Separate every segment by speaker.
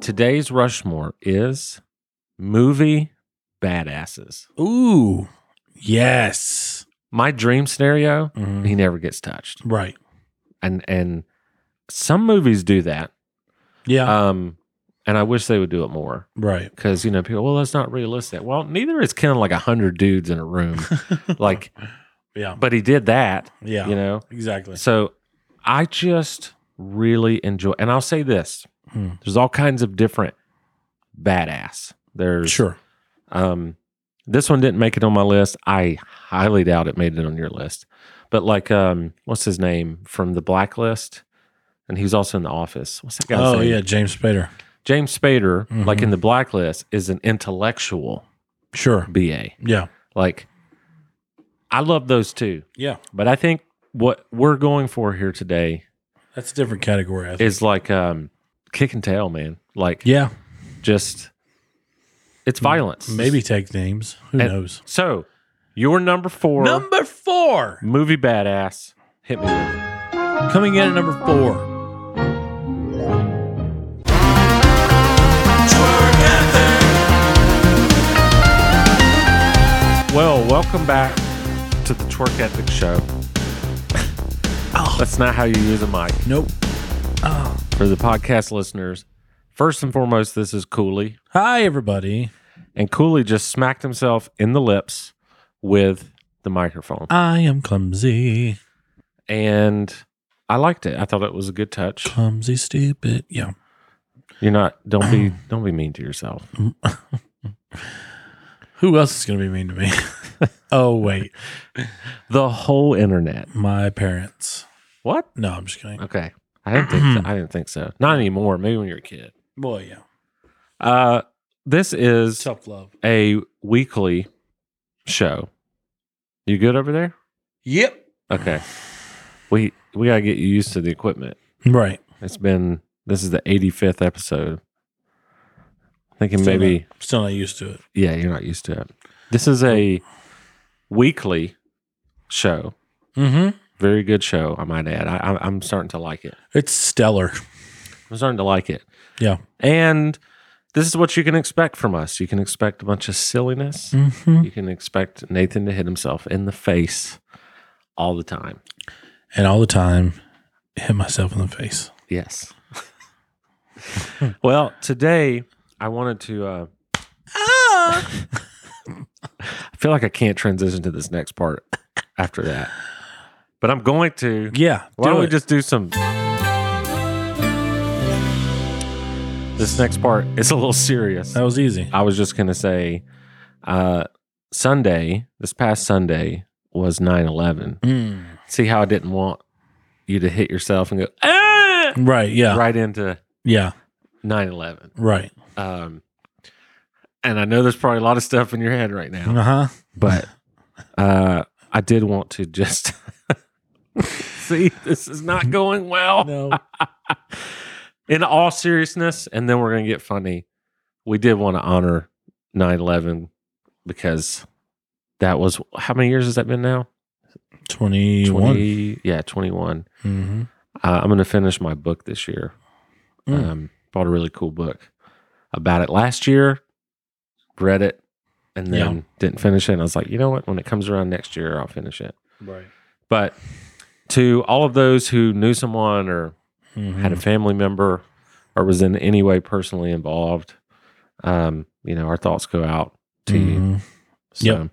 Speaker 1: today's Rushmore is movie badasses.
Speaker 2: Ooh, yes.
Speaker 1: My dream scenario,
Speaker 2: Mhm.
Speaker 1: he never gets touched.
Speaker 2: Right.
Speaker 1: And and some movies do that.
Speaker 2: Yeah.
Speaker 1: Um and I wish they would do it more
Speaker 2: right.
Speaker 1: cuz you know people well that's not realistic. Well, neither is killing like 100 dudes in a room. like
Speaker 2: yeah.
Speaker 1: but he did that,
Speaker 2: Yeah.
Speaker 1: you know.
Speaker 2: Exactly.
Speaker 1: So I just really enjoy, and I'll say this:
Speaker 2: Hmm.
Speaker 1: there's all kinds of different badass. There's
Speaker 2: Sure.
Speaker 1: um, this one didn't make it on my list. I highly doubt it made it on your list. But like, um, what's his name from the Blacklist? And he was also in the Office. What's that guy's
Speaker 2: Oh
Speaker 1: name?
Speaker 2: yeah, James Spader.
Speaker 1: James Spader, like
Speaker 2: Mhm.
Speaker 1: in the Blacklist, is an intellectual
Speaker 2: Sure.
Speaker 1: BA.
Speaker 2: Yeah.
Speaker 1: Like, I love those two,
Speaker 2: Yeah.
Speaker 1: but I think what we're going for here today
Speaker 2: That's a different category. I think.
Speaker 1: is like um kick and tail, man. Like
Speaker 2: yeah.
Speaker 1: just it's violence.
Speaker 2: Maybe take names. Who
Speaker 1: And-
Speaker 2: knows?
Speaker 1: So your number four
Speaker 2: Number four.
Speaker 1: movie badass. Hit me with it.
Speaker 2: Coming in at number four.
Speaker 1: Well, welcome back to the Twerk Ethic Show. That's not how you use a mic.
Speaker 2: Nope.
Speaker 1: For the podcast listeners, first and foremost, this is Cooley.
Speaker 2: Hi everybody.
Speaker 1: And Cooley just smacked himself in the lips with the microphone.
Speaker 2: I am clumsy.
Speaker 1: And I liked it. I thought it was a good touch.
Speaker 2: Clumsy, stupid. Yeah.
Speaker 1: You're not don't be don't be mean to yourself.
Speaker 2: Who else is going to be mean to me? oh wait,
Speaker 1: The whole internet.
Speaker 2: my parents.
Speaker 1: What?
Speaker 2: No, I'm just kidding.
Speaker 1: Okay. I didn't think so. I didn't think so. Not anymore. Maybe when you're a kid.
Speaker 2: Boy, yeah.
Speaker 1: Uh, this is
Speaker 2: Tough love.
Speaker 1: a weekly show. You good over there?
Speaker 2: Yep.
Speaker 1: Okay. We we gotta get you used to the equipment.
Speaker 2: Right.
Speaker 1: It's been this is the 85th episode. Thinking
Speaker 2: Still
Speaker 1: maybe
Speaker 2: not- still not used to it.
Speaker 1: yeah, you're not used to it. This is a weekly show.
Speaker 2: Mm-hmm.
Speaker 1: Very good show, I might add. I, I'm- I'm starting to like it.
Speaker 2: It's stellar.
Speaker 1: I'm starting to like it.
Speaker 2: Yeah.
Speaker 1: And this is what you can expect from us. You can expect a bunch of silliness.
Speaker 2: Mm-hmm.
Speaker 1: You can expect Nathan to hit himself in the face all the time.
Speaker 2: And all the time, hit myself in the face.
Speaker 1: Yes. well, today I wanted to. Uh,
Speaker 2: Ah!
Speaker 1: I feel like I can't transition to this next part after that, but I'm going to.
Speaker 2: Yeah.
Speaker 1: Why
Speaker 2: do
Speaker 1: don't we
Speaker 2: it.
Speaker 1: just do some? This next part is a little serious.
Speaker 2: That was easy.
Speaker 1: I was just gonna say, uh, Sunday, this past Sunday was 9-11.
Speaker 2: Mm.
Speaker 1: See how I didn't want you to hit yourself and go ah!
Speaker 2: Right. Yeah.
Speaker 1: right into
Speaker 2: Yeah.
Speaker 1: 9-11.
Speaker 2: Right.
Speaker 1: Um, and I know there's probably a lot of stuff in your head right now,
Speaker 2: Uh huh.
Speaker 1: but uh, I did want to just see this is not going well.
Speaker 2: No.
Speaker 1: in all seriousness, and then we're going to get funny. We did want to honor 9 11 because that was how many years has that been now?
Speaker 2: 21.
Speaker 1: yeah, 21.
Speaker 2: Mhm.
Speaker 1: Uh, I'm going to finish my book this year.
Speaker 2: Mm.
Speaker 1: Um, bought a really cool book about it last year, read it, and then didn't finish it. And I was like, you know what? When it comes around next year, I'll finish it.
Speaker 2: Right.
Speaker 1: But to all of those who knew someone or had a
Speaker 2: Mhm.
Speaker 1: family member or was in any way personally involved, um, you know, our thoughts go out to you.
Speaker 2: Mhm.
Speaker 1: So,
Speaker 2: Yep.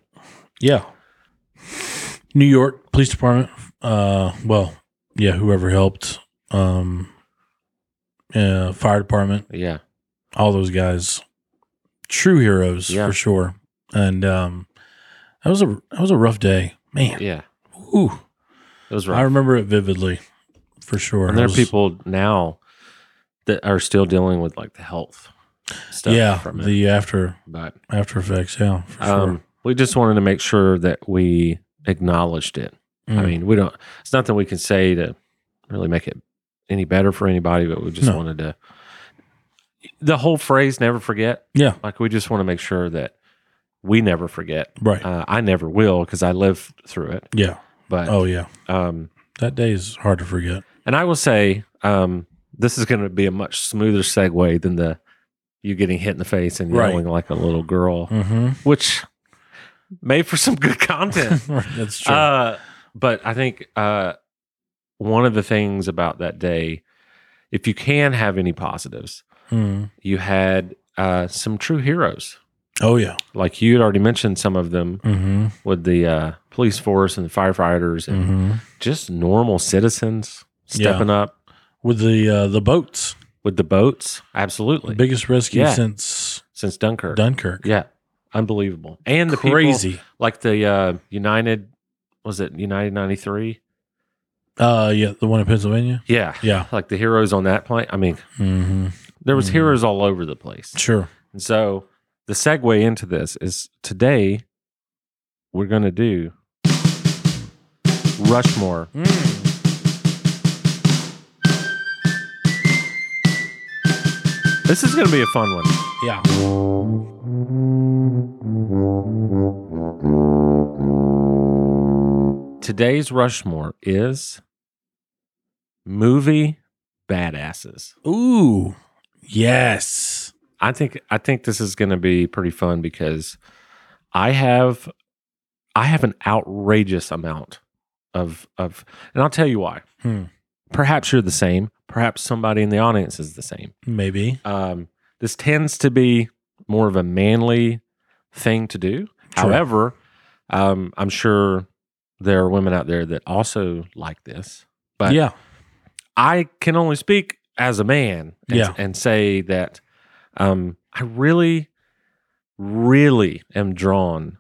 Speaker 2: Yeah. New York Police Department. Uh, well, yeah, whoever helped. Um, uh, fire department.
Speaker 1: yeah,
Speaker 2: All those guys, true heroes
Speaker 1: Yeah.
Speaker 2: for sure. And um, that was a that was a rough day, man.
Speaker 1: yeah,
Speaker 2: Ooh,
Speaker 1: it was
Speaker 2: I
Speaker 1: right.
Speaker 2: remember it vividly, for sure.
Speaker 1: And there
Speaker 2: It
Speaker 1: are
Speaker 2: was-
Speaker 1: people now that are still dealing with like the health stuff.
Speaker 2: yeah,
Speaker 1: from it.
Speaker 2: the after
Speaker 1: but
Speaker 2: after effects. Yeah, for
Speaker 1: um, we just wanted to make sure that we acknowledged it.
Speaker 2: sure.
Speaker 1: I
Speaker 2: Mm.
Speaker 1: mean, we don't. It's nothing we can say to really make it any better for anybody, but we just
Speaker 2: No.
Speaker 1: wanted to. The whole phrase "never forget."
Speaker 2: Yeah.
Speaker 1: like we just want to make sure that we never forget.
Speaker 2: right.
Speaker 1: Uh, I never will because I lived through it.
Speaker 2: yeah.
Speaker 1: But
Speaker 2: Oh yeah,
Speaker 1: um,
Speaker 2: that day is hard to forget.
Speaker 1: and I will say um, this is going to be a much smoother segue than the you getting hit in the face and
Speaker 2: Right.
Speaker 1: yelling like a little girl,
Speaker 2: Mm-hmm.
Speaker 1: which made for some good content.
Speaker 2: That's true.
Speaker 1: Uh, but I think uh, one of the things about that day, if you can have any positives,
Speaker 2: Mm.
Speaker 1: you had uh, some true heroes.
Speaker 2: Oh yeah.
Speaker 1: Like you had already mentioned some of them
Speaker 2: Mm-hmm.
Speaker 1: with the uh, police force and the firefighters and
Speaker 2: Mm-hmm.
Speaker 1: just normal citizens
Speaker 2: Yeah.
Speaker 1: stepping up
Speaker 2: With the uh, the boats,
Speaker 1: with the boats. Absolutely.
Speaker 2: biggest rescue
Speaker 1: Yeah.
Speaker 2: since
Speaker 1: Since Dunkirk.
Speaker 2: Dunkirk.
Speaker 1: Yeah. Unbelievable. And the people
Speaker 2: Crazy.
Speaker 1: like the uh, United, was it United 93?
Speaker 2: Uh, yeah, the one in Pennsylvania.
Speaker 1: Yeah.
Speaker 2: Yeah.
Speaker 1: Like the heroes on that plane. I mean,
Speaker 2: Mm-hmm.
Speaker 1: there was
Speaker 2: Mhm.
Speaker 1: heroes all over the place.
Speaker 2: Sure.
Speaker 1: And so the segue into this is today we're going to do Rushmore. Mm. This is going to be a fun one.
Speaker 2: Yeah.
Speaker 1: Today's Rushmore is movie badasses.
Speaker 2: Ooh. Yes.
Speaker 1: I think I think this is going to be pretty fun because I have I have an outrageous amount of of and I'll tell you why.
Speaker 2: Hmm.
Speaker 1: Perhaps you're the same. Perhaps somebody in the audience is the same.
Speaker 2: Maybe.
Speaker 1: Um, this tends to be more of a manly thing to do.
Speaker 2: Sure.
Speaker 1: However, um, I'm sure there are women out there that also like this. But
Speaker 2: yeah.
Speaker 1: I can only speak as a man and,
Speaker 2: Yeah.
Speaker 1: and say that um, I really, really am drawn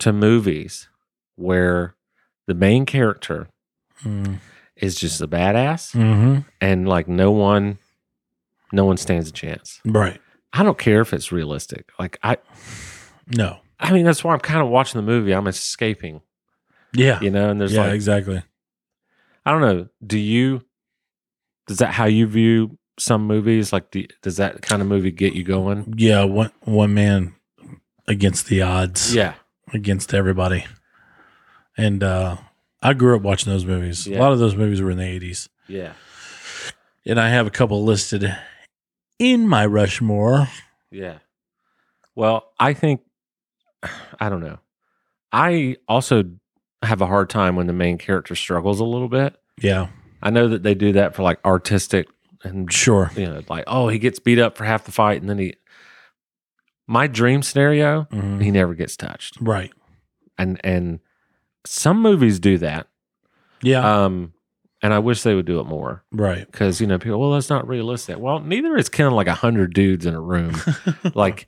Speaker 1: to movies where the main character is just a badass
Speaker 2: Mm-hmm.
Speaker 1: and like no one, no one stands a chance.
Speaker 2: Right.
Speaker 1: I don't care if it's realistic. Like I,
Speaker 2: No.
Speaker 1: I mean that's why I'm kind of watching the movie. I'm escaping,
Speaker 2: Yeah.
Speaker 1: you know. And there's
Speaker 2: yeah.
Speaker 1: like
Speaker 2: exactly.
Speaker 1: I don't know. Do you? Does that how you view some movies? Like, do, does that kind of movie get you going?
Speaker 2: Yeah. One one man against the odds.
Speaker 1: Yeah,
Speaker 2: Against everybody. And uh, I grew up watching those movies.
Speaker 1: Yeah.
Speaker 2: A lot of those movies were in the eighties,
Speaker 1: yeah,
Speaker 2: and I have a couple listed in my Rushmore.
Speaker 1: yeah. Well, I think I don't know. I also have a hard time when the main character struggles a little bit.
Speaker 2: Yeah.
Speaker 1: I know that they do that for like artistic and
Speaker 2: Sure.
Speaker 1: you know, like oh, he gets beat up for half the fight and then he. My dream scenario:
Speaker 2: Mhm.
Speaker 1: he never gets touched,
Speaker 2: Right.
Speaker 1: and and some movies do that.
Speaker 2: Yeah.
Speaker 1: Um, and I wish they would do it more
Speaker 2: right.
Speaker 1: because you know people. Well, that's not realistic. Well, neither is killing like a hundred dudes in a room. like,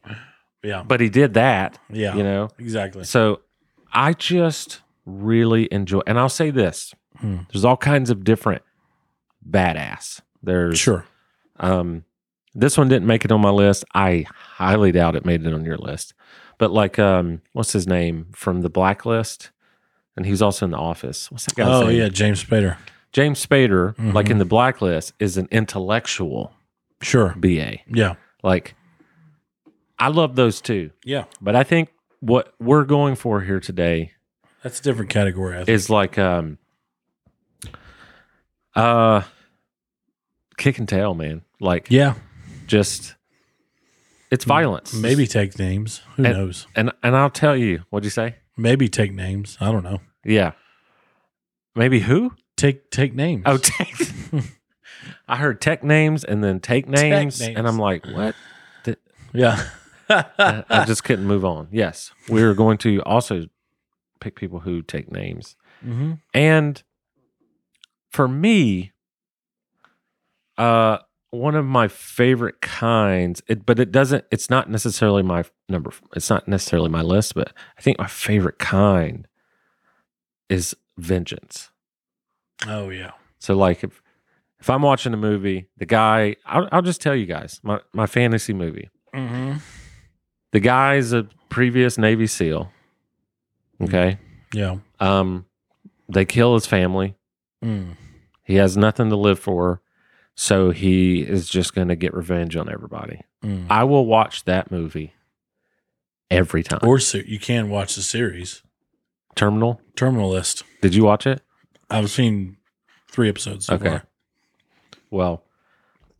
Speaker 2: Yeah.
Speaker 1: but he did that.
Speaker 2: Yeah.
Speaker 1: You know.
Speaker 2: Exactly.
Speaker 1: So I just really enjoy, and I'll say this:
Speaker 2: Hmm.
Speaker 1: there's all kinds of different badass. There's
Speaker 2: Sure.
Speaker 1: um, this one didn't make it on my list. I highly doubt it made it on your list. But like, um, what's his name from the Blacklist? And he's also in the Office. What's that guy's
Speaker 2: Oh
Speaker 1: name?
Speaker 2: yeah, James Spader.
Speaker 1: James Spader, like
Speaker 2: Mhm.
Speaker 1: in the blacklist, is an intellectual
Speaker 2: Sure.
Speaker 1: BA.
Speaker 2: Yeah.
Speaker 1: Like, I love those two,
Speaker 2: Yeah.
Speaker 1: but I think what we're going for here today
Speaker 2: That's a different category. I think.
Speaker 1: is like, um, uh, kick and tail, man. Like,
Speaker 2: yeah.
Speaker 1: just it's violence,
Speaker 2: Maybe take names. Who
Speaker 1: And-
Speaker 2: knows?
Speaker 1: And and I'll tell you, what'd you say?
Speaker 2: Maybe take names. I don't know.
Speaker 1: Yeah, maybe who?
Speaker 2: Take take names.
Speaker 1: Oh, tech. I heard tech names and then take names, and
Speaker 2: names.
Speaker 1: I'm like, what?
Speaker 2: yeah.
Speaker 1: I I just couldn't move on. Yes, we're going to also pick people who take names.
Speaker 2: hmm
Speaker 1: And for me, uh, one of my favorite kinds, it, but it doesn't, it's not necessarily my f- number, f- it's not necessarily my list, but I think my favorite kind is vengeance.
Speaker 2: Oh yeah.
Speaker 1: So, like, if, if I'm watching a movie, the guy, I'll, I'll just tell you guys my, my fantasy movie.
Speaker 2: Mm-hmm.
Speaker 1: The guy's a previous Navy SEAL. Okay.
Speaker 2: Yeah.
Speaker 1: Um, they kill his family.
Speaker 2: Mm.
Speaker 1: He has nothing to live for. So he is just going to get revenge on everybody.
Speaker 2: Mm.
Speaker 1: I will watch that movie every time.
Speaker 2: Or so you can watch the series
Speaker 1: Terminal.
Speaker 2: Terminal List.
Speaker 1: Did you watch it?
Speaker 2: I've seen three episodes so
Speaker 1: Okay.
Speaker 2: far.
Speaker 1: Well,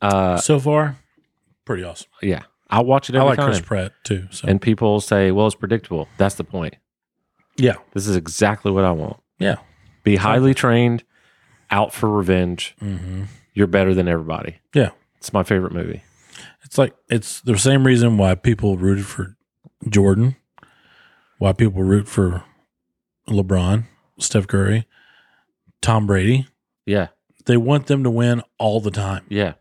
Speaker 1: uh,
Speaker 2: so far, pretty awesome.
Speaker 1: yeah. I watch it
Speaker 2: I
Speaker 1: every
Speaker 2: like
Speaker 1: time.
Speaker 2: Chris Pratt too. So
Speaker 1: and people say, "Well, it's predictable." That's the point.
Speaker 2: yeah,
Speaker 1: This is exactly what I want.
Speaker 2: Yeah.
Speaker 1: Be highly trained, out for revenge.
Speaker 2: hmm
Speaker 1: You're better than everybody.
Speaker 2: Yeah.
Speaker 1: It's my favorite movie.
Speaker 2: it's like it's the same reason why people rooted for Jordan, why people root for LeBron, Steph Curry, Tom Brady.
Speaker 1: Yeah.
Speaker 2: They want them to win all the time.
Speaker 1: Yeah.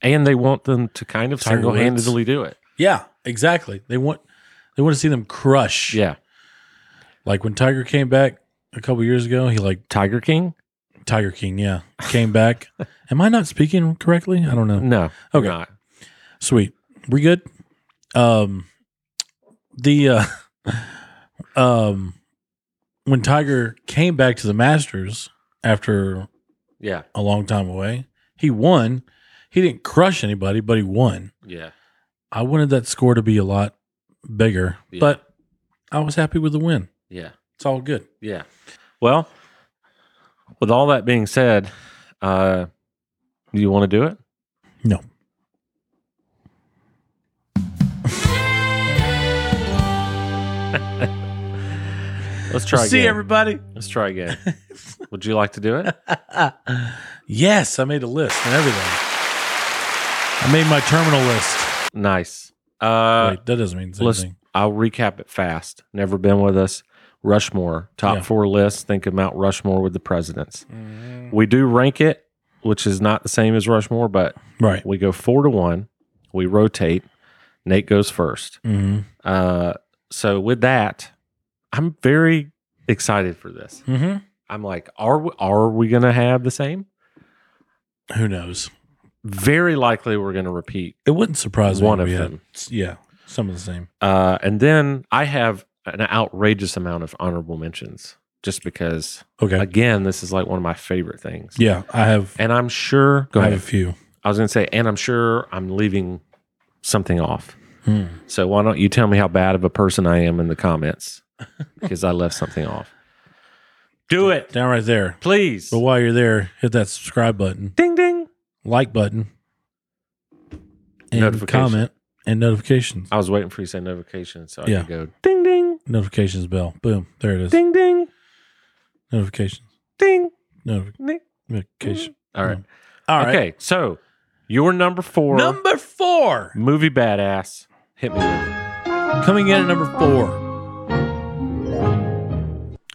Speaker 1: And they want them to kind of
Speaker 2: Tiger
Speaker 1: single handedly do it.
Speaker 2: Yeah, exactly. They want they want to see them crush.
Speaker 1: Yeah.
Speaker 2: Like when Tiger came back a couple years ago, he like
Speaker 1: Tiger King?
Speaker 2: Tiger King, yeah, came back. Am I not speaking correctly? I don't know.
Speaker 1: No.
Speaker 2: Uh, Okay.
Speaker 1: not.
Speaker 2: Sweet. We good? Um the uh um when Tiger came back to the Masters after
Speaker 1: Yeah.
Speaker 2: a long time away, he won. He didn't crush anybody, but he won.
Speaker 1: Yeah.
Speaker 2: I wanted that score to be a lot bigger,
Speaker 1: Yeah.
Speaker 2: but I was happy with the win.
Speaker 1: Yeah.
Speaker 2: It's all good.
Speaker 1: Yeah. Well, with all that being said, uh, do you want to do it?
Speaker 2: No.
Speaker 1: Let's try
Speaker 2: See
Speaker 1: again.
Speaker 2: everybody.
Speaker 1: Let's try again. Would you like to do it?
Speaker 2: yes, I made a list and everything. I made my terminal list.
Speaker 1: Nice. Uh,
Speaker 2: Wait, that doesn't mean the same
Speaker 1: let's-
Speaker 2: thing.
Speaker 1: I'll recap it fast. Never been with us. Rushmore, top
Speaker 2: Yeah.
Speaker 1: four lists. Think of Mount Rushmore with the presidents. We do rank it, which is not the same as Rushmore, but
Speaker 2: Right.
Speaker 1: we go four to one. We rotate. Nate goes first.
Speaker 2: Mm-hmm.
Speaker 1: Uh, so with that, I'm very excited for this.
Speaker 2: Mm-hmm.
Speaker 1: I'm like, are we, are we going to have the same?
Speaker 2: Who knows?
Speaker 1: Very likely we're going to repeat
Speaker 2: It wouldn't surprise me.
Speaker 1: one
Speaker 2: if
Speaker 1: of
Speaker 2: we had-
Speaker 1: them.
Speaker 2: Yeah, some of the same.
Speaker 1: Uh, and then I have an outrageous amount of honorable mentions just because,
Speaker 2: Okay.
Speaker 1: again, this is like one of my favorite things.
Speaker 2: yeah, I have.
Speaker 1: And I'm sure, go
Speaker 2: I
Speaker 1: ahead.
Speaker 2: have a few.
Speaker 1: I was going to say, and I'm sure I'm leaving something off.
Speaker 2: Hmm.
Speaker 1: So why don't you tell me how bad of a person I am in the comments because I left something off. Do it,
Speaker 2: Down right there.
Speaker 1: please.
Speaker 2: But while you're there, hit that subscribe button,
Speaker 1: Ding ding.
Speaker 2: like button, and
Speaker 1: Notification.
Speaker 2: comment and notifications.
Speaker 1: I was waiting for you to say notification so I
Speaker 2: Yeah.
Speaker 1: could go ding ding
Speaker 2: Notifications bell. Boom. There it is.
Speaker 1: ding ding
Speaker 2: Notifications.
Speaker 1: ding.
Speaker 2: Notif-
Speaker 1: ding.
Speaker 2: Notification.
Speaker 1: All right.
Speaker 2: All right.
Speaker 1: Okay. So your number four
Speaker 2: Number four.
Speaker 1: movie badass. Hit me. With. it.
Speaker 2: Coming in at number four.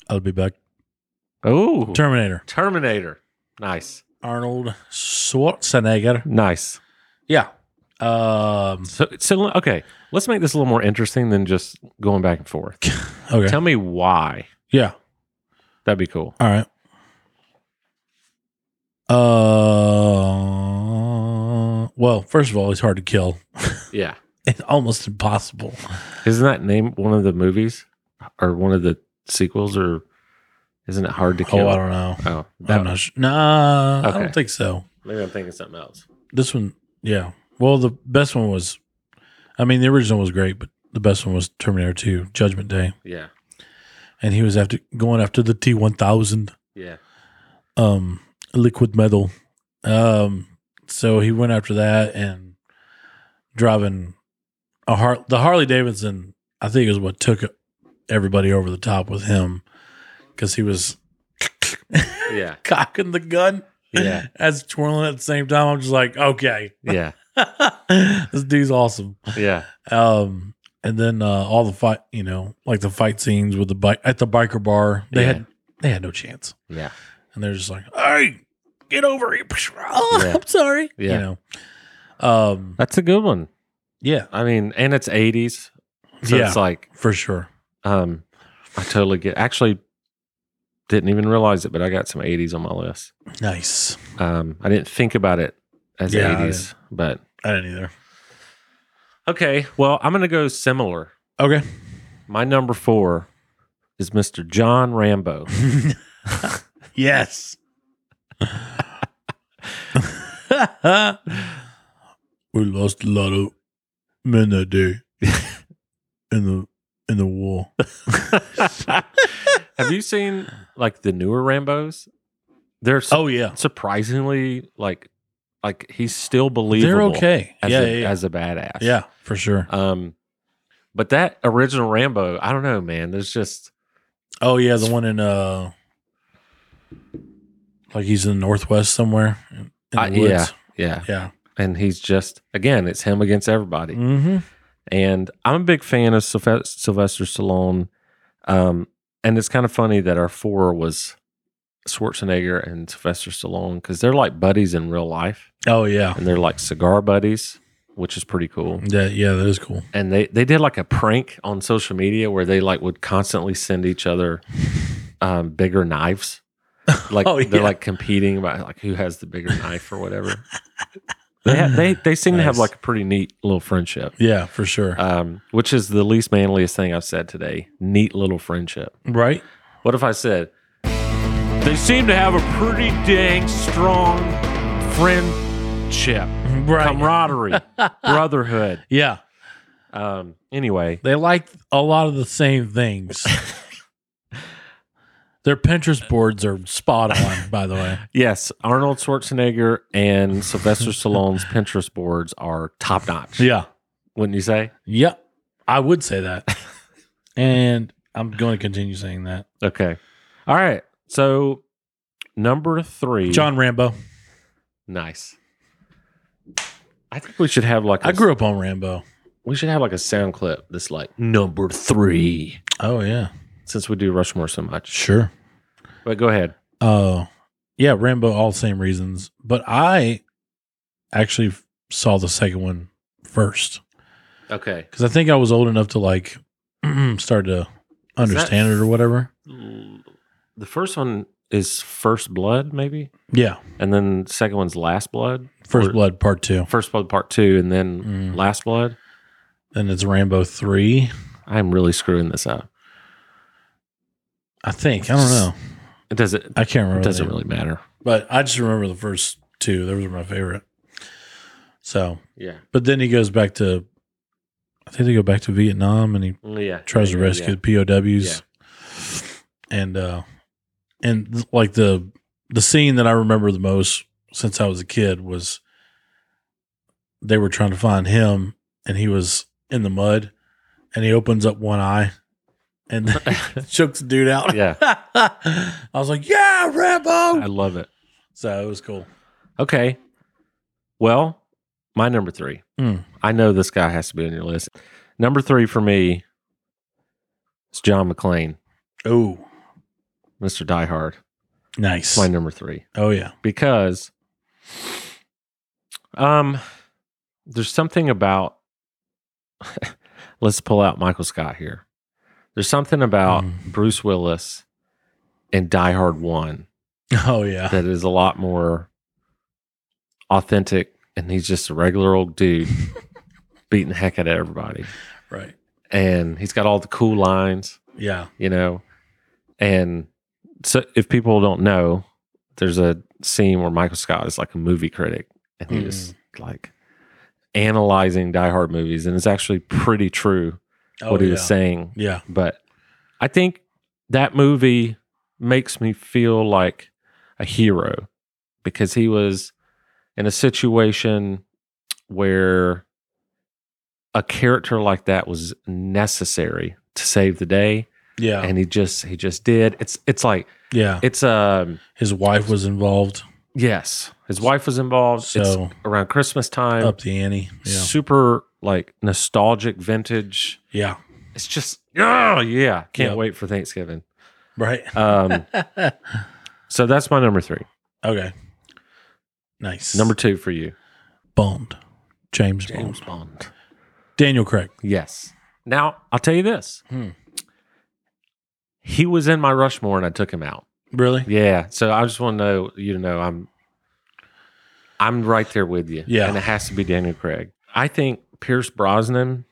Speaker 2: I'll be back.
Speaker 1: Oh,
Speaker 2: Terminator.
Speaker 1: Terminator. Nice.
Speaker 2: Arnold Schwarzenegger.
Speaker 1: Nice.
Speaker 2: Yeah. Um,
Speaker 1: So so okay. Let's make this a little more interesting than just going back and forth.
Speaker 2: okay.
Speaker 1: Tell me why.
Speaker 2: yeah.
Speaker 1: That'd be cool.
Speaker 2: All right. Uh, well, first of all, he's hard to kill.
Speaker 1: Yeah.
Speaker 2: It's almost impossible. Oh,
Speaker 1: Isn't that name one of the movies or one of the sequels or isn't it hard to kill?
Speaker 2: Oh, I don't know.
Speaker 1: oh, that,
Speaker 2: I'm not sure. Nah, I
Speaker 1: Okay.
Speaker 2: don't think so.
Speaker 1: maybe I'm thinking something else.
Speaker 2: This one, yeah. Well, the best one was, I mean, the original was great, but the best one was Terminator 2, Judgment Day.
Speaker 1: Yeah.
Speaker 2: And he was after going after the T 1000.
Speaker 1: Yeah.
Speaker 2: um liquid metal um so he went after that and driving a Har- the harley davidson i think is what took everybody over the top with him because he was
Speaker 1: Yeah.
Speaker 2: cocking the gun
Speaker 1: Yeah.
Speaker 2: as twirling at the same time i'm just like okay
Speaker 1: Yeah.
Speaker 2: this dude's awesome
Speaker 1: Yeah.
Speaker 2: um and then uh all the fight you know like the fight scenes with the bike at the biker bar they
Speaker 1: Yeah.
Speaker 2: had they had no chance
Speaker 1: Yeah.
Speaker 2: and they're just like, "Hey, get over here!" Oh,
Speaker 1: Yeah.
Speaker 2: I'm sorry.
Speaker 1: Yeah.
Speaker 2: You know, um,
Speaker 1: That's a good one.
Speaker 2: yeah,
Speaker 1: I mean, and it's 80s. So
Speaker 2: yeah,
Speaker 1: it's like,
Speaker 2: for sure.
Speaker 1: um, I totally get, actually didn't even realize it, but I got some 80s on my list.
Speaker 2: Nice.
Speaker 1: Um, I didn't think about it as
Speaker 2: Yeah, I
Speaker 1: 80s, but
Speaker 2: I didn't either.
Speaker 1: okay. Well, I'm going to go similar.
Speaker 2: Okay.
Speaker 1: My number four is Mr. John Rambo.
Speaker 2: yes. we lost a lot of men that day in the in the war.
Speaker 1: Have you
Speaker 2: Oh.
Speaker 1: seen like the newer Rambo's? They're su-
Speaker 2: yeah,
Speaker 1: surprisingly like like he's still
Speaker 2: They're
Speaker 1: believable
Speaker 2: okay.
Speaker 1: as,
Speaker 2: yeah,
Speaker 1: a,
Speaker 2: yeah, yeah.
Speaker 1: as a badass.
Speaker 2: Yeah, for sure.
Speaker 1: Um, but that original Rambo, I don't know, man. There's just
Speaker 2: Oh yeah, the one in uh, like he's in the northwest somewhere. In the
Speaker 1: I- yeah.
Speaker 2: woods.
Speaker 1: yeah,
Speaker 2: yeah.
Speaker 1: and he's just again, it's him against everybody.
Speaker 2: Mm-hmm.
Speaker 1: And I'm a big fan of Sylve- Sylvester Stallone. Um, and it's kind of funny that our four was Schwarzenegger and Sylvester Stallone because they're like buddies in real life,
Speaker 2: Oh yeah,
Speaker 1: and they're like cigar buddies, which is pretty cool.
Speaker 2: yeah, yeah. That is cool.
Speaker 1: and they they did like a prank on social media where they like would constantly send each other um bigger knives like
Speaker 2: Oh,
Speaker 1: they're
Speaker 2: yeah.
Speaker 1: like competing about like who has the bigger knife or whatever they ha- they they seem to have
Speaker 2: Nice.
Speaker 1: like a pretty neat little friendship
Speaker 2: Yeah, for sure.
Speaker 1: um which is the least manliest thing i've said today neat little friendship
Speaker 2: right?
Speaker 1: what if i said they seem to have a pretty dang strong friendship
Speaker 2: Right.
Speaker 1: camaraderie brotherhood
Speaker 2: yeah,
Speaker 1: um anyway
Speaker 2: they like a lot of the same things. Their Pinterest boards are spot on, by the way.
Speaker 1: Yes, Arnold Schwarzenegger and Sylvester Stallone's Pinterest boards are top notch.
Speaker 2: Yeah.
Speaker 1: Wouldn't you say?
Speaker 2: Yeah, I would say that. and I'm going to continue saying that.
Speaker 1: Okay. All right. So number three,
Speaker 2: John Rambo.
Speaker 1: Nice. I think we should have like a,
Speaker 2: I grew up on Rambo.
Speaker 1: we should have like a sound clip that's like number three
Speaker 2: Oh yeah,
Speaker 1: since we do Rushmore so much.
Speaker 2: sure.
Speaker 1: But go ahead.
Speaker 2: Oh, yeah, Rambo. All the same reasons, but I actually f- saw the second one first
Speaker 1: Okay.
Speaker 2: because I think I was old enough to like start to understand it or whatever.
Speaker 1: The first one is First Blood, maybe,
Speaker 2: Yeah,
Speaker 1: and then second one's Last Blood.
Speaker 2: First
Speaker 1: Or-
Speaker 2: Blood Part Two.
Speaker 1: First Blood Part Two, and then
Speaker 2: Mm.
Speaker 1: Last Blood.
Speaker 2: Then it's Rambo Three.
Speaker 1: I'm really screwing this up.
Speaker 2: I think I don't know.
Speaker 1: It doesn't.
Speaker 2: I can't remember.
Speaker 1: It
Speaker 2: the
Speaker 1: doesn't
Speaker 2: name.
Speaker 1: really matter.
Speaker 2: But I just remember the first two. Those were my favorite. So,
Speaker 1: Yeah.
Speaker 2: but then he goes back to, I think they go back to Vietnam and he
Speaker 1: Mm, Yeah.
Speaker 2: tries to rescue the POWs. And, uh, and th- like the, the scene that I remember the most since I was a kid was they were trying to find him and he was in the mud and he opens up one eye and chokes the dude out.
Speaker 1: Yeah.
Speaker 2: I was like, yeah,
Speaker 1: I
Speaker 2: Rambo.
Speaker 1: love it.
Speaker 2: So it was cool.
Speaker 1: Okay. Well, my number three.
Speaker 2: Mm.
Speaker 1: I know this guy has to be on your list. Number three for me is John McClane,
Speaker 2: Oh,
Speaker 1: Mr. Die Hard.
Speaker 2: nice.
Speaker 1: It's my number three
Speaker 2: Oh yeah.
Speaker 1: because um, there's something about. let's pull out Michael Scott here. There's something about
Speaker 2: Mm.
Speaker 1: Bruce Willis and Die Hard One
Speaker 2: Oh yeah.
Speaker 1: that is a lot more authentic and he's just a regular old dude beating the heck out of everybody
Speaker 2: Right.
Speaker 1: and he's got all the cool lines
Speaker 2: Yeah.
Speaker 1: you know and so if people don't know there's a scene where michael scott is like a movie critic and he was
Speaker 2: Mm.
Speaker 1: like analyzing die hard movies and it's actually pretty true
Speaker 2: Oh,
Speaker 1: what he
Speaker 2: yeah.
Speaker 1: was saying
Speaker 2: Yeah.
Speaker 1: but i think that movie makes me feel like a hero because he was in a situation where a character like that was necessary to save the day
Speaker 2: Yeah.
Speaker 1: and he just he just did it's it's like
Speaker 2: yeah.
Speaker 1: it's um
Speaker 2: His wife was involved,
Speaker 1: yes his wife was involved it's
Speaker 2: so
Speaker 1: around christmas time
Speaker 2: up the ante. Yeah.
Speaker 1: super like nostalgic vintage
Speaker 2: Yeah.
Speaker 1: it's just oh yeah can't
Speaker 2: Yep.
Speaker 1: wait for thanksgiving
Speaker 2: Right.
Speaker 1: Um, so that's my number three.
Speaker 2: okay. Nice.
Speaker 1: Number two for you,
Speaker 2: Bond. James, Bond.
Speaker 1: Bond.
Speaker 2: Daniel Craig.
Speaker 1: Yes. Now I'll tell you this.
Speaker 2: Hmm.
Speaker 1: He was in my Rushmore, and I took him out.
Speaker 2: Really?
Speaker 1: Yeah. So I just want to know you to know I'm, I'm right there with you.
Speaker 2: Yeah.
Speaker 1: And it has to be Daniel Craig. I think Pierce Brosnan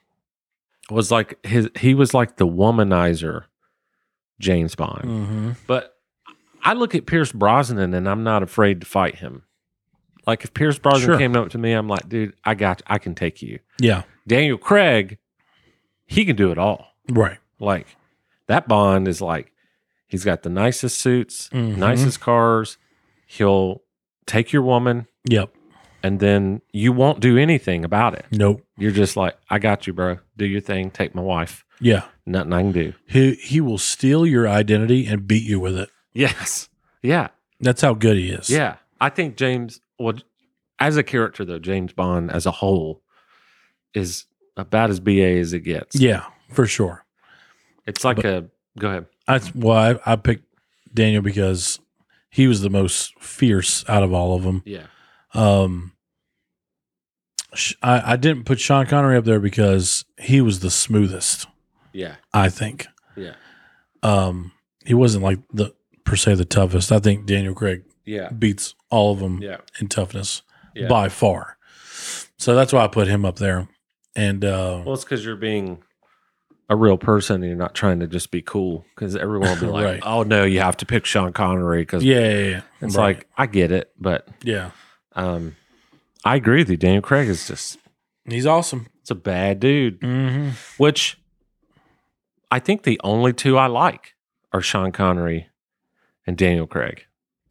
Speaker 1: was like his. He was like the womanizer, James Bond.
Speaker 2: Mm-hmm.
Speaker 1: But I look at Pierce Brosnan and I'm not afraid to fight him. Like if Pierce Brosnan
Speaker 2: Sure.
Speaker 1: came up to me, I'm like, dude, I got you. I can take you.
Speaker 2: Yeah.
Speaker 1: Daniel Craig, he can do it all.
Speaker 2: Right.
Speaker 1: Like that Bond is like, he's got the nicest suits,
Speaker 2: Mhm.
Speaker 1: nicest cars. He'll take your woman
Speaker 2: Yep.
Speaker 1: and then you won't do anything about it.
Speaker 2: Nope.
Speaker 1: You're just like, I got you, bro. Do your thing. Take my wife.
Speaker 2: Yeah.
Speaker 1: Nothing I can do.
Speaker 2: He he will steal your identity and beat you with it.
Speaker 1: Yes. Yeah.
Speaker 2: That's how good he is.
Speaker 1: Yeah. I think James, well, as a character, though, James Bond as a whole is about as BA as it gets.
Speaker 2: Yeah, for sure.
Speaker 1: It's like
Speaker 2: But-
Speaker 1: a, go ahead.
Speaker 2: I well, I, I picked Daniel because he was the most fierce out of all of them.
Speaker 1: Yeah.
Speaker 2: Um, sh- I, I didn't put Sean Connery up there because he was the smoothest.
Speaker 1: Yeah.
Speaker 2: I think.
Speaker 1: Yeah.
Speaker 2: Um, he wasn't like the per se the toughest. I think Daniel Craig
Speaker 1: Yeah.
Speaker 2: beats all of them
Speaker 1: Yeah.
Speaker 2: in toughness
Speaker 1: Yeah.
Speaker 2: by far. So that's why I put him up there. And uh,
Speaker 1: Well, it's because you're being a real person and you're not trying to just be cool because everyone will be like,
Speaker 2: Right.
Speaker 1: oh, no, you have to pick Sean Connery because
Speaker 2: yeah, yeah, yeah.
Speaker 1: it's
Speaker 2: Right.
Speaker 1: like, I get it. But
Speaker 2: yeah,
Speaker 1: um, I agree with you. Daniel Craig is just,
Speaker 2: he's awesome.
Speaker 1: it's a bad dude.
Speaker 2: Mm-hmm.
Speaker 1: which I think the only two I like are Sean Connery and Daniel Craig.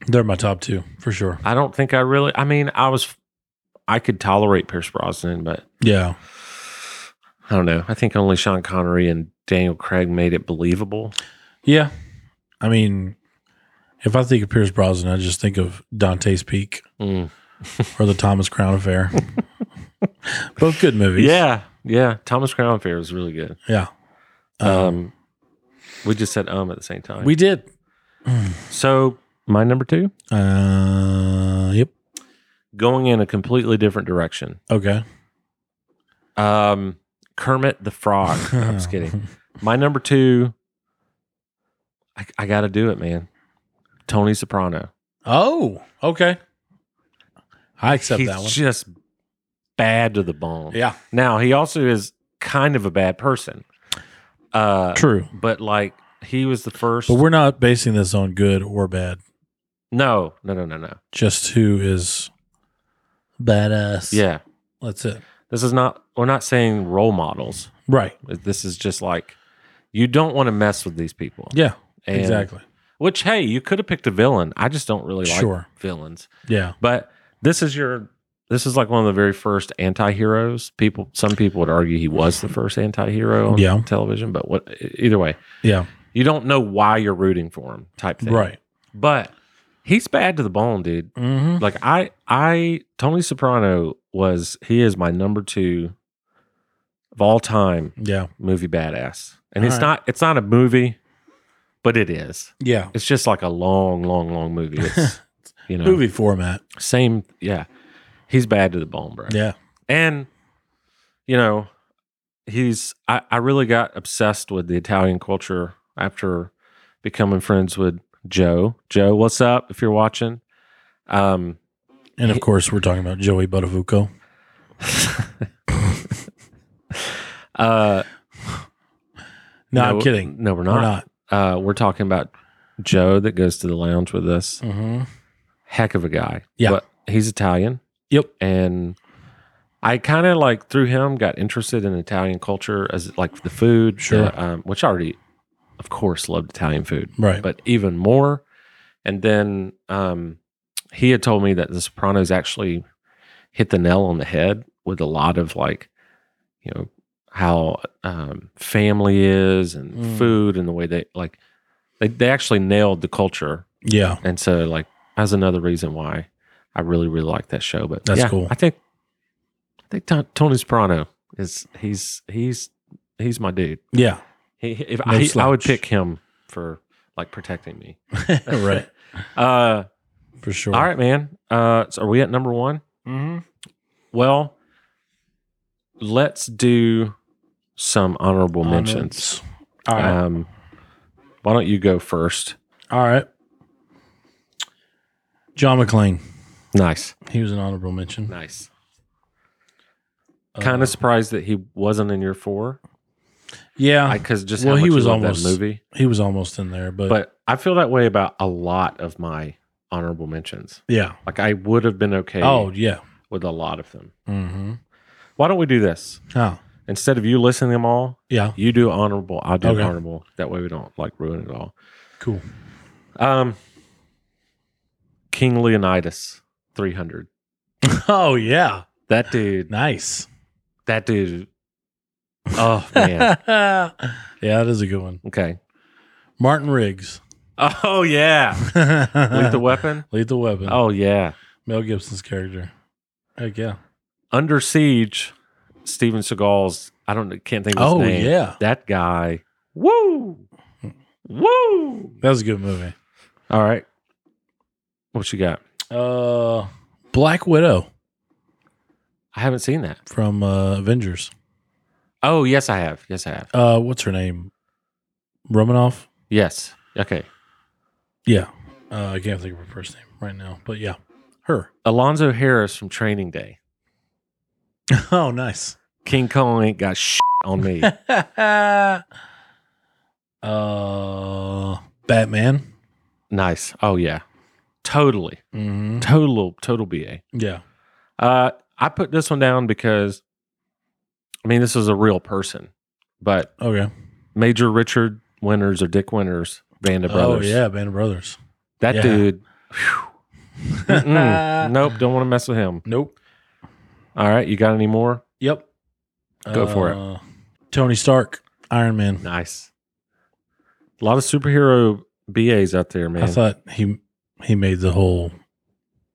Speaker 2: They're my top two for sure.
Speaker 1: I don't think I really. I mean, I was, I could tolerate Pierce Brosnan, but
Speaker 2: Yeah,
Speaker 1: I don't know. I think only Sean Connery and Daniel Craig made it believable.
Speaker 2: yeah. I mean, if I think of Pierce Brosnan, I just think of Dante's Peak
Speaker 1: Mm.
Speaker 2: or the Thomas Crown Affair. Both good movies.
Speaker 1: Yeah, yeah. Thomas Crown Affair was really good.
Speaker 2: yeah.
Speaker 1: Um,
Speaker 2: Um,
Speaker 1: we just said um at the same time.
Speaker 2: we did.
Speaker 1: so my number two
Speaker 2: Uh, yep.
Speaker 1: going in a completely different direction.
Speaker 2: Okay.
Speaker 1: Um, Kermit the Frog. I'm just kidding. My number two, I, I got to do it, man. Tony Soprano.
Speaker 2: Oh, okay. I accept
Speaker 1: He's
Speaker 2: that one.
Speaker 1: just bad to the bone.
Speaker 2: yeah,
Speaker 1: Now he also is kind of a bad person. Uh,
Speaker 2: true.
Speaker 1: but like he was the first.
Speaker 2: But we're not basing this on good or bad.
Speaker 1: no, no, no, no, no.
Speaker 2: Just who is badass.
Speaker 1: Yeah,
Speaker 2: that's it.
Speaker 1: this is not. We're not saying role models.
Speaker 2: Right.
Speaker 1: This is just like you don't want to mess with these people.
Speaker 2: Yeah.
Speaker 1: And-
Speaker 2: exactly.
Speaker 1: Which hey, you could have picked a villain. I just don't really like
Speaker 2: Sure.
Speaker 1: villains.
Speaker 2: Yeah.
Speaker 1: But this is your this is like one of the very first anti-heroes. People some people would argue he was the first anti-hero on
Speaker 2: Yeah.
Speaker 1: television, but what e, either way,
Speaker 2: Yeah.
Speaker 1: you don't know why you're rooting for him type thing.
Speaker 2: Right.
Speaker 1: But he's bad to the bone, dude.
Speaker 2: Mm-hmm.
Speaker 1: Like I I Tony Soprano was he is my number 2 of all time
Speaker 2: Yeah.
Speaker 1: movie badass. And
Speaker 2: All
Speaker 1: it's
Speaker 2: right.
Speaker 1: not it's not a movie, but it is.
Speaker 2: Yeah.
Speaker 1: It's just like a long long long movie. It's you know
Speaker 2: Movie format.
Speaker 1: same yeah he's bad to the bone bro
Speaker 2: Yeah.
Speaker 1: and you know he's I, I really got obsessed with the italian culture after becoming friends with joe joe what's up if you're watching um
Speaker 2: And of course, we're talking about Joey Buttafuoco.
Speaker 1: uh
Speaker 2: No, I'm kidding.
Speaker 1: no we're not,
Speaker 2: We're not.
Speaker 1: uh we're talking about joe that goes to the lounge with us
Speaker 2: Mm-hmm.
Speaker 1: heck of a guy
Speaker 2: Yeah.
Speaker 1: but he's italian
Speaker 2: Yep.
Speaker 1: and I kind of like through him got interested in Italian culture as like the food,
Speaker 2: Sure.
Speaker 1: the, um, which I already, of course, loved Italian food,
Speaker 2: Right.
Speaker 1: but even more. And then um, he had told me that The Sopranos actually hit the nail on the head with a lot of like, you know, how um, family is and
Speaker 2: Mm.
Speaker 1: food and the way they like, they, they actually nailed the culture
Speaker 2: yeah.
Speaker 1: and so, like, that's another reason why I really, really like that show. But
Speaker 2: That's cool.
Speaker 1: I think, I think Ton- Tony Soprano is he's he's he's my dude.
Speaker 2: Yeah.
Speaker 1: He, if
Speaker 2: No
Speaker 1: I, I would
Speaker 2: slouch.
Speaker 1: pick him for like protecting me.
Speaker 2: right.
Speaker 1: Uh,
Speaker 2: For sure.
Speaker 1: all right, man. Uh, so are we at number one?
Speaker 2: Mm-hmm.
Speaker 1: Well, let's do some honorable mentions.
Speaker 2: All right.
Speaker 1: Um, why don't you go first?
Speaker 2: All right. John McClane.
Speaker 1: Nice,
Speaker 2: He was an honorable mention. Uh,
Speaker 1: nice.
Speaker 2: Um,
Speaker 1: kind of surprised that he wasn't in your four.
Speaker 2: Yeah.
Speaker 1: I because just
Speaker 2: Uh, Well,
Speaker 1: how
Speaker 2: he
Speaker 1: much you
Speaker 2: was
Speaker 1: love that
Speaker 2: almost-
Speaker 1: movie.
Speaker 2: he was almost in there, but,
Speaker 1: But I feel that way about a lot of my honorable mentions.
Speaker 2: yeah.
Speaker 1: Like I would have been okay
Speaker 2: Oh, yeah.
Speaker 1: with a lot of them.
Speaker 2: Mm-hmm.
Speaker 1: Why don't we do this
Speaker 2: Oh,
Speaker 1: instead of you listing them all?
Speaker 2: yeah.
Speaker 1: You do honorable. I'll do
Speaker 2: Okay.
Speaker 1: honorable. That way we don't like ruin it all.
Speaker 2: Cool.
Speaker 1: Um, King Leonidas, three hundred.
Speaker 2: Oh yeah,
Speaker 1: That dude,
Speaker 2: nice.
Speaker 1: that dude. Oh man.
Speaker 2: yeah, that is a good one.
Speaker 1: Okay.
Speaker 2: Martin Riggs.
Speaker 1: Oh yeah. Lethal Weapon.
Speaker 2: Lethal Weapon.
Speaker 1: Oh yeah.
Speaker 2: Mel Gibson's character. Heck yeah.
Speaker 1: Under Siege. Steven Seagal's. I don't can't think of his
Speaker 2: Oh
Speaker 1: name.
Speaker 2: yeah,
Speaker 1: That guy. Woo. Woo.
Speaker 2: that was a good movie.
Speaker 1: All right. What you got?
Speaker 2: Uh, Black Widow
Speaker 1: I haven't seen that.
Speaker 2: from uh, Avengers.
Speaker 1: Oh yes, I have. Yes, I have.
Speaker 2: Uh, what's her name? Romanoff.
Speaker 1: Yes. Okay.
Speaker 2: Yeah, uh, I can't think of her first name right now, but yeah, her.
Speaker 1: Alonzo Harris from Training Day.
Speaker 2: oh, nice.
Speaker 1: King Kong ain't got shit on me.
Speaker 2: uh, Batman.
Speaker 1: nice. Oh yeah. Totally.
Speaker 2: Mm-hmm.
Speaker 1: Total total BA.
Speaker 2: Yeah.
Speaker 1: Uh I put this one down because I mean this is a real person, but
Speaker 2: Okay.
Speaker 1: Major Richard Winters or Dick Winters, Band of Brothers.
Speaker 2: Oh yeah, Band of Brothers.
Speaker 1: That
Speaker 2: Yeah.
Speaker 1: dude. whew. Mm-mm. nope, don't want to mess with him.
Speaker 2: Nope.
Speaker 1: All right, you got any more?
Speaker 2: Yep.
Speaker 1: Go for it.
Speaker 2: Uh, Tony Stark, Iron Man.
Speaker 1: Nice. A lot of superhero BAs out there, man.
Speaker 2: I thought he he made the whole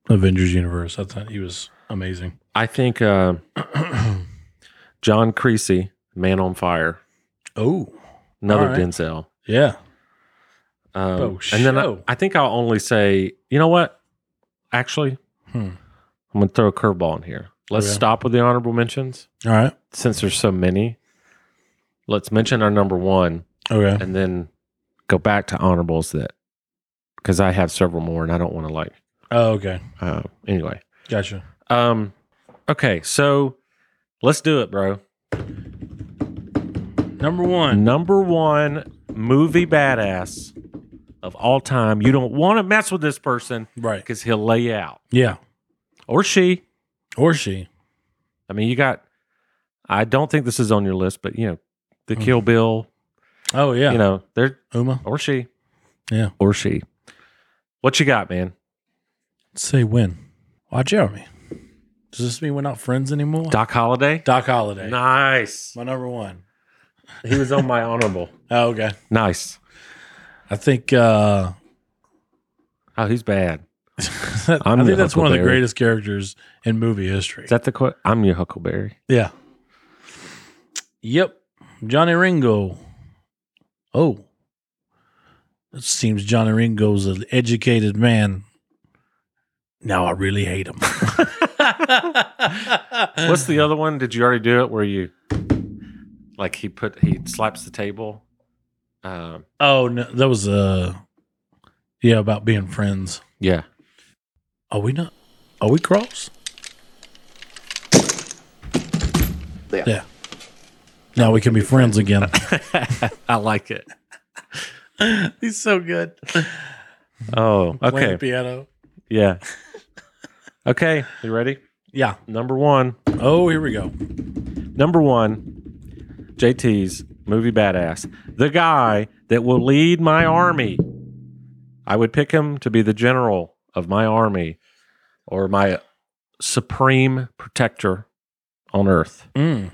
Speaker 2: Avengers universe. I thought he was amazing.
Speaker 1: I think uh, John Creasy, Man on Fire,
Speaker 2: oh
Speaker 1: another
Speaker 2: All right.
Speaker 1: Denzel.
Speaker 2: yeah,
Speaker 1: Um,
Speaker 2: Oh,
Speaker 1: and then I,
Speaker 2: show.
Speaker 1: I think I'll only say, you know what? Actually,
Speaker 2: Hmm.
Speaker 1: I'm going to throw a curveball in here. Let's
Speaker 2: Okay.
Speaker 1: stop with the honorable mentions
Speaker 2: all right,
Speaker 1: since there's so many. Let's mention our number one
Speaker 2: okay,
Speaker 1: and then go back to honorables that because I have several more and I don't want to like.
Speaker 2: oh, okay,
Speaker 1: Uh, anyway,
Speaker 2: gotcha.
Speaker 1: um, okay, so let's do it, bro.
Speaker 2: Number one,
Speaker 1: Number one movie badass of all time. You don't want to mess with this person
Speaker 2: right?
Speaker 1: because he'll lay you out
Speaker 2: Yeah,
Speaker 1: or she.
Speaker 2: or she.
Speaker 1: I mean, you got. I don't think this is on your list, but you know, the Kill Bill.
Speaker 2: Oh yeah,
Speaker 1: You know, they're
Speaker 2: Uma.
Speaker 1: or she.
Speaker 2: Yeah.
Speaker 1: or she. What you got, man?
Speaker 2: Say when? Why Jeremy? Does this mean we're not friends anymore?
Speaker 1: Doc Holliday.
Speaker 2: Doc Holiday,
Speaker 1: Nice.
Speaker 2: my number one.
Speaker 1: He was on my honorable.
Speaker 2: Oh, okay.
Speaker 1: Nice.
Speaker 2: I think uh,
Speaker 1: Oh, he's bad.
Speaker 2: i think
Speaker 1: your
Speaker 2: that's one of the
Speaker 1: Huckleberry.
Speaker 2: greatest characters in movie history.
Speaker 1: Is that the quote? I'm your Huckleberry.
Speaker 2: Yeah. Yep. Johnny Ringo. Oh. It seems Johnny Ringo's an educated man. Now I really hate him.
Speaker 1: What's the other one? Did you already do it? Where you like he put he slaps the table? Um,
Speaker 2: Oh, no, that was uh yeah, about being friends.
Speaker 1: yeah.
Speaker 2: Are we not? Are we cross?
Speaker 3: Yeah.
Speaker 2: Yeah. Now we can be friends again.
Speaker 1: I like it.
Speaker 2: He's so good.
Speaker 1: Oh,
Speaker 2: Playing the
Speaker 1: okay.
Speaker 2: piano.
Speaker 1: Yeah. Okay, you ready?
Speaker 2: Yeah.
Speaker 1: Number one.
Speaker 2: Oh, here we go.
Speaker 1: Number one, JT's movie badass. The guy that will lead my army. I would pick him to be the general of my army or my supreme protector on earth.
Speaker 2: Mm.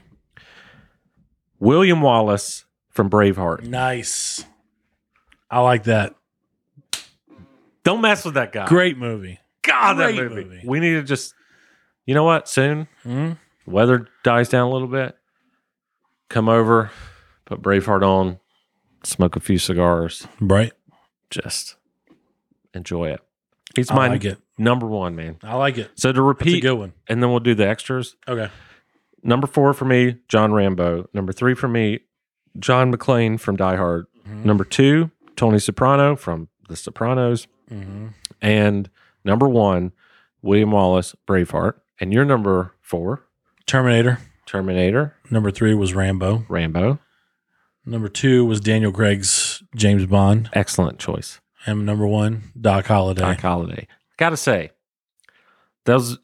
Speaker 1: William Wallace from Braveheart.
Speaker 2: Nice. I like that.
Speaker 1: Don't mess with that guy.
Speaker 2: Great movie.
Speaker 1: God, that
Speaker 2: great
Speaker 1: movie.
Speaker 2: movie.
Speaker 1: We need to just, you know what? Soon,
Speaker 2: Mm.
Speaker 1: weather dies down a little bit. Come over, put Braveheart on, smoke a few cigars.
Speaker 2: Right.
Speaker 1: just enjoy it. He's
Speaker 2: I
Speaker 1: my
Speaker 2: like it.
Speaker 1: number one, man.
Speaker 2: I like it.
Speaker 1: So
Speaker 2: It's
Speaker 1: to
Speaker 2: a
Speaker 1: repeat,
Speaker 2: good one.
Speaker 1: and then we'll do the extras.
Speaker 2: Okay.
Speaker 1: Number four for me, John Rambo. Number three for me, John McClane from Die Hard.
Speaker 2: Mm-hmm.
Speaker 1: Number two, Tony Soprano from The Sopranos.
Speaker 2: Mhm.
Speaker 1: And number one, William Wallace, Braveheart. And your number four,
Speaker 2: Terminator.
Speaker 1: Terminator,
Speaker 2: Number three was Rambo.
Speaker 1: Rambo.
Speaker 2: Number two was Daniel Craig's James Bond.
Speaker 1: Excellent choice.
Speaker 2: And number one, Doc Holliday.
Speaker 1: Doc Holiday. Gotta say, that was,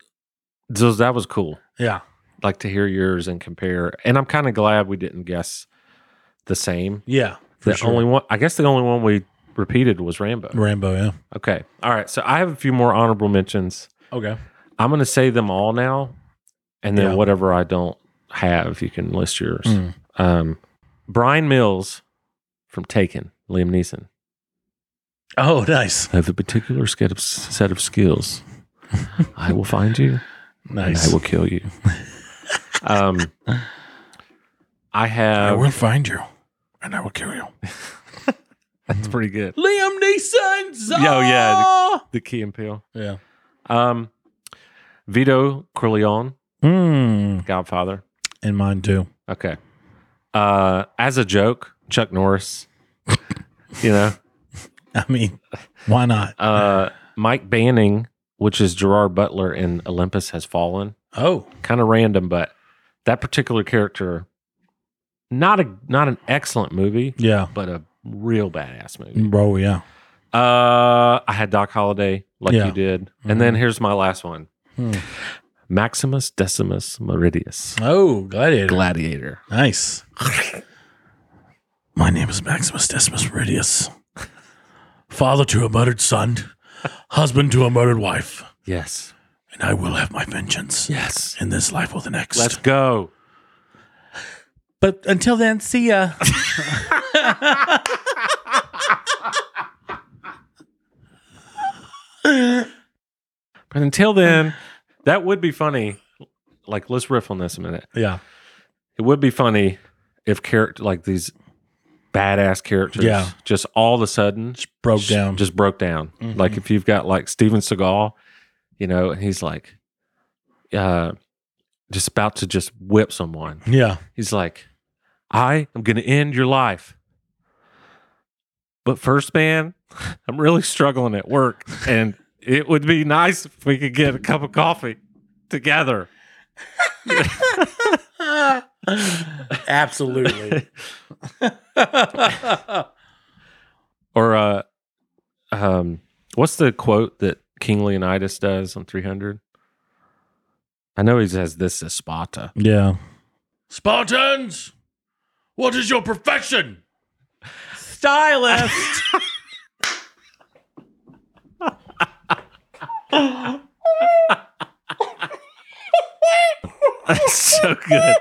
Speaker 1: those- that was cool.
Speaker 2: Yeah.
Speaker 1: like to hear yours and compare. And I'm kind of glad we didn't guess the same.
Speaker 2: Yeah. For
Speaker 1: the
Speaker 2: sure.
Speaker 1: only one, I guess, the only one we repeated was Rambo.
Speaker 2: Rambo. Yeah.
Speaker 1: Okay, all right. So I have a few more honorable mentions.
Speaker 2: Okay.
Speaker 1: I'm going to say them all now, and then
Speaker 2: Yeah.
Speaker 1: whatever I don't have, you can list yours.
Speaker 2: Mm.
Speaker 1: Um, Brian Mills from Taken, Liam Neeson.
Speaker 2: Oh, nice,
Speaker 1: I have a particular set of, set of skills. I will find you.
Speaker 2: nice.
Speaker 1: And I will kill you. um, I
Speaker 2: I
Speaker 1: have.
Speaker 2: will find you, and I will kill you.
Speaker 1: that's pretty good.
Speaker 2: Liam Neeson's.
Speaker 1: Yo, yeah. The Key and Peele.
Speaker 2: yeah.
Speaker 1: Um, Vito Corleone,
Speaker 2: Mm.
Speaker 1: Godfather.
Speaker 2: And mine too.
Speaker 1: Okay. Uh, as a joke, Chuck Norris. you know,
Speaker 2: I mean, why not?
Speaker 1: uh, Mike Banning, which is Gerard Butler in Olympus Has Fallen.
Speaker 2: Oh,
Speaker 1: Kind of random, but that particular character, not a not an excellent movie,
Speaker 2: yeah,
Speaker 1: but a real badass movie.
Speaker 2: bro. Yeah.
Speaker 1: Uh, I had Doc Holliday, like
Speaker 2: Yeah.
Speaker 1: you did, and then here's my last one:
Speaker 2: Hmm.
Speaker 1: Maximus Decimus Meridius,
Speaker 2: Oh, gladiator.
Speaker 1: gladiator.
Speaker 2: nice. My name is Maximus Decimus Meridius, father to a murdered son, husband to a murdered wife,
Speaker 1: Yes,
Speaker 2: and I will have my vengeance
Speaker 1: yes.
Speaker 2: in this life or the next.
Speaker 1: Let's go.
Speaker 2: but until then, see ya.
Speaker 1: But until then, that would be funny. Like, let's riff on this a minute.
Speaker 2: yeah.
Speaker 1: It would be funny if character like these badass characters
Speaker 2: Yeah.
Speaker 1: just all of a sudden
Speaker 2: Broke
Speaker 1: sh-
Speaker 2: down.
Speaker 1: just broke down.
Speaker 2: Mhm.
Speaker 1: Like if you've got like Steven Seagal, you know, and he's like, uh, just about to just whip someone.
Speaker 2: yeah.
Speaker 1: He's like, I am going to end your life. But first, man, I'm really struggling at work. And it would be nice if we could get a cup of coffee together.
Speaker 2: Absolutely.
Speaker 1: Or, uh, um, what's the quote that King Leonidas does on 300? I know he says this is Sparta.
Speaker 2: yeah. Spartans, what is your profession? Stylist.
Speaker 1: That's so good.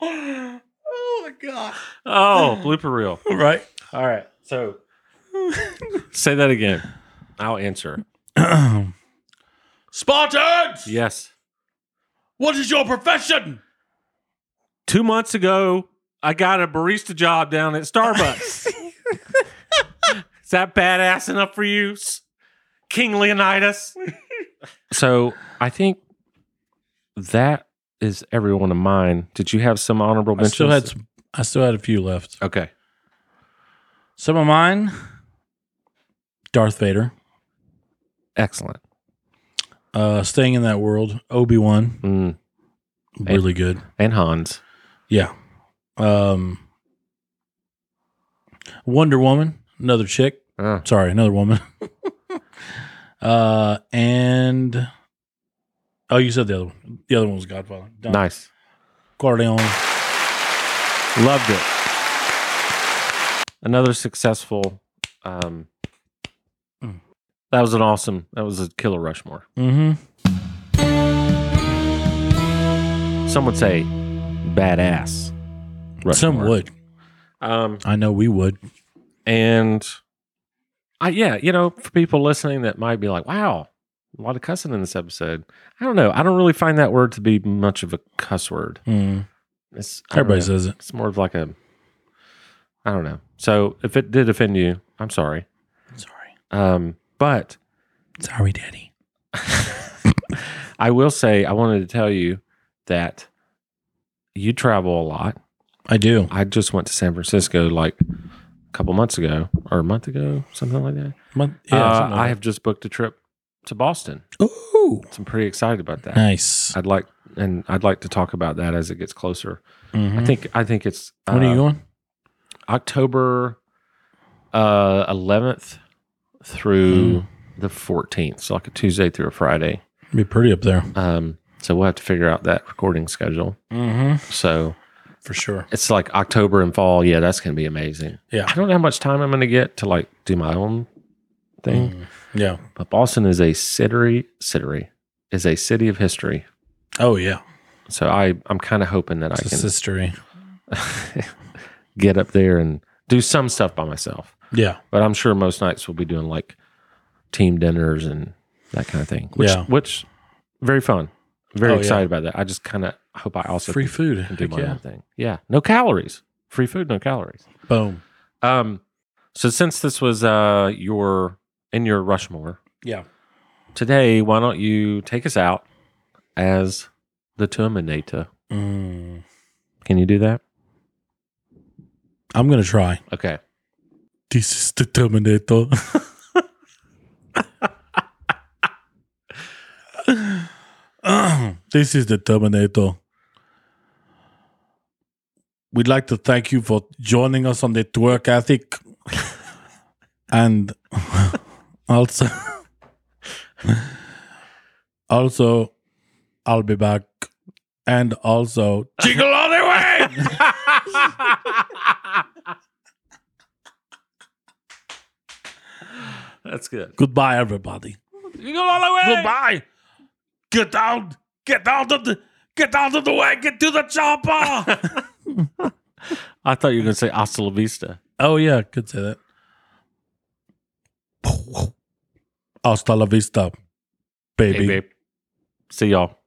Speaker 2: oh my god.
Speaker 1: Oh, blooper reel.
Speaker 2: Right. All right.
Speaker 1: So say that again. I'll answer.
Speaker 2: Spartans,
Speaker 1: Yes.
Speaker 2: what is your profession?
Speaker 1: two months ago, I got a barista job down at Starbucks. Is that badass enough for you, S- King Leonidas? so I think that is every one of mine. Did you have some honorable
Speaker 2: I
Speaker 1: mentions?
Speaker 2: still had some, I still had a few left.
Speaker 1: okay.
Speaker 2: Some of mine. Darth Vader,
Speaker 1: Excellent.
Speaker 2: uh, staying in that world. Obi Wan,
Speaker 1: Mm.
Speaker 2: really good.
Speaker 1: And Hans.
Speaker 2: Yeah. Um Wonder Woman, another chick.
Speaker 1: Uh,
Speaker 2: Sorry, another woman. uh and Oh, you said the other one. The other one was Godfather. Don
Speaker 1: nice.
Speaker 2: Corleone.
Speaker 1: Loved it. Another successful. Um,
Speaker 2: Mm.
Speaker 1: That was an awesome. That was a killer Rushmore.
Speaker 2: Mhm.
Speaker 1: Some would say badass.
Speaker 2: Some
Speaker 1: Rushmore.
Speaker 2: would.
Speaker 1: Um,
Speaker 2: I know we would.
Speaker 1: and I, yeah, you know, for people listening that might be like, wow, a lot of cussing in this episode. I don't know. I don't really find that word to be much of a cuss word.
Speaker 2: Mm.
Speaker 1: It's, I don't
Speaker 2: Everybody
Speaker 1: know.
Speaker 2: says it.
Speaker 1: it's more of like a, I don't know. So if it did offend you, I'm sorry.
Speaker 2: Sorry.
Speaker 1: Um, but
Speaker 2: Sorry, Daddy.
Speaker 1: I will say, I wanted to tell you that you travel a lot.
Speaker 2: I do.
Speaker 1: I just went to San Francisco like a couple months ago or a month ago, something like that.
Speaker 2: Mon-
Speaker 1: Uh,
Speaker 2: something
Speaker 1: I
Speaker 2: like
Speaker 1: have just booked a trip to Boston.
Speaker 2: that. Ooh.
Speaker 1: So I'm pretty excited about that.
Speaker 2: Nice.
Speaker 1: I'd like and I'd like to talk about that as it gets closer.
Speaker 2: Mhm.
Speaker 1: I think I think it's Mm-hmm. uh,
Speaker 2: when are you going?
Speaker 1: October uh, 11th through
Speaker 2: Hmm.
Speaker 1: the 14th, so like a Tuesday through a Friday.
Speaker 2: Be pretty up there.
Speaker 1: Um, so we'll have to figure out that recording schedule.
Speaker 2: Mm-hmm.
Speaker 1: So
Speaker 2: For sure.
Speaker 1: it's like October and fall. Yeah, that's going to be amazing.
Speaker 2: Yeah.
Speaker 1: I don't know how much time I'm going to get to like do my own thing.
Speaker 2: Mm. Yeah.
Speaker 1: But Boston is a city, city is a city of history.
Speaker 2: Oh yeah.
Speaker 1: So I, I'm kind of hoping that
Speaker 2: It's
Speaker 1: I
Speaker 2: history.
Speaker 1: can get up there and do some stuff by myself.
Speaker 2: Yeah.
Speaker 1: But I'm sure most nights we'll be doing like team dinners and that kind of thing. Which,
Speaker 2: Yeah.
Speaker 1: which very fun. Very
Speaker 2: Oh, yeah.
Speaker 1: excited about that. I just kind of hope I also
Speaker 2: free food.
Speaker 1: can do
Speaker 2: Heck
Speaker 1: my
Speaker 2: yeah.
Speaker 1: own thing. Yeah, no calories. Free food, no calories.
Speaker 2: Boom.
Speaker 1: Um, so since this was uh your in your Rushmore
Speaker 2: Yeah.
Speaker 1: today, why don't you take us out as the Terminator?
Speaker 2: Mm.
Speaker 1: Can you do that?
Speaker 2: I'm gonna try.
Speaker 1: Okay.
Speaker 2: This is the Terminator. this is the Terminator. We'd like to thank you for joining us on the Twerk Ethic. and also, also, I'll be back. And also,
Speaker 1: Jingle all the way. That's good.
Speaker 2: goodbye, everybody.
Speaker 1: Jingle all the way.
Speaker 2: Goodbye. Get out. Get out of the. Get out of the way. Get to the chopper.
Speaker 1: I thought you were going to say hasta la vista.
Speaker 2: oh yeah, could say that. Hasta la vista, baby.
Speaker 1: Hey, babe. See y'all.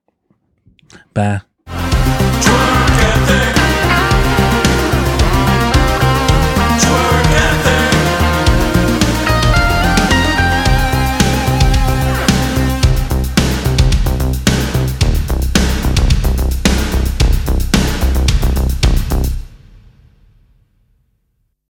Speaker 2: Bye.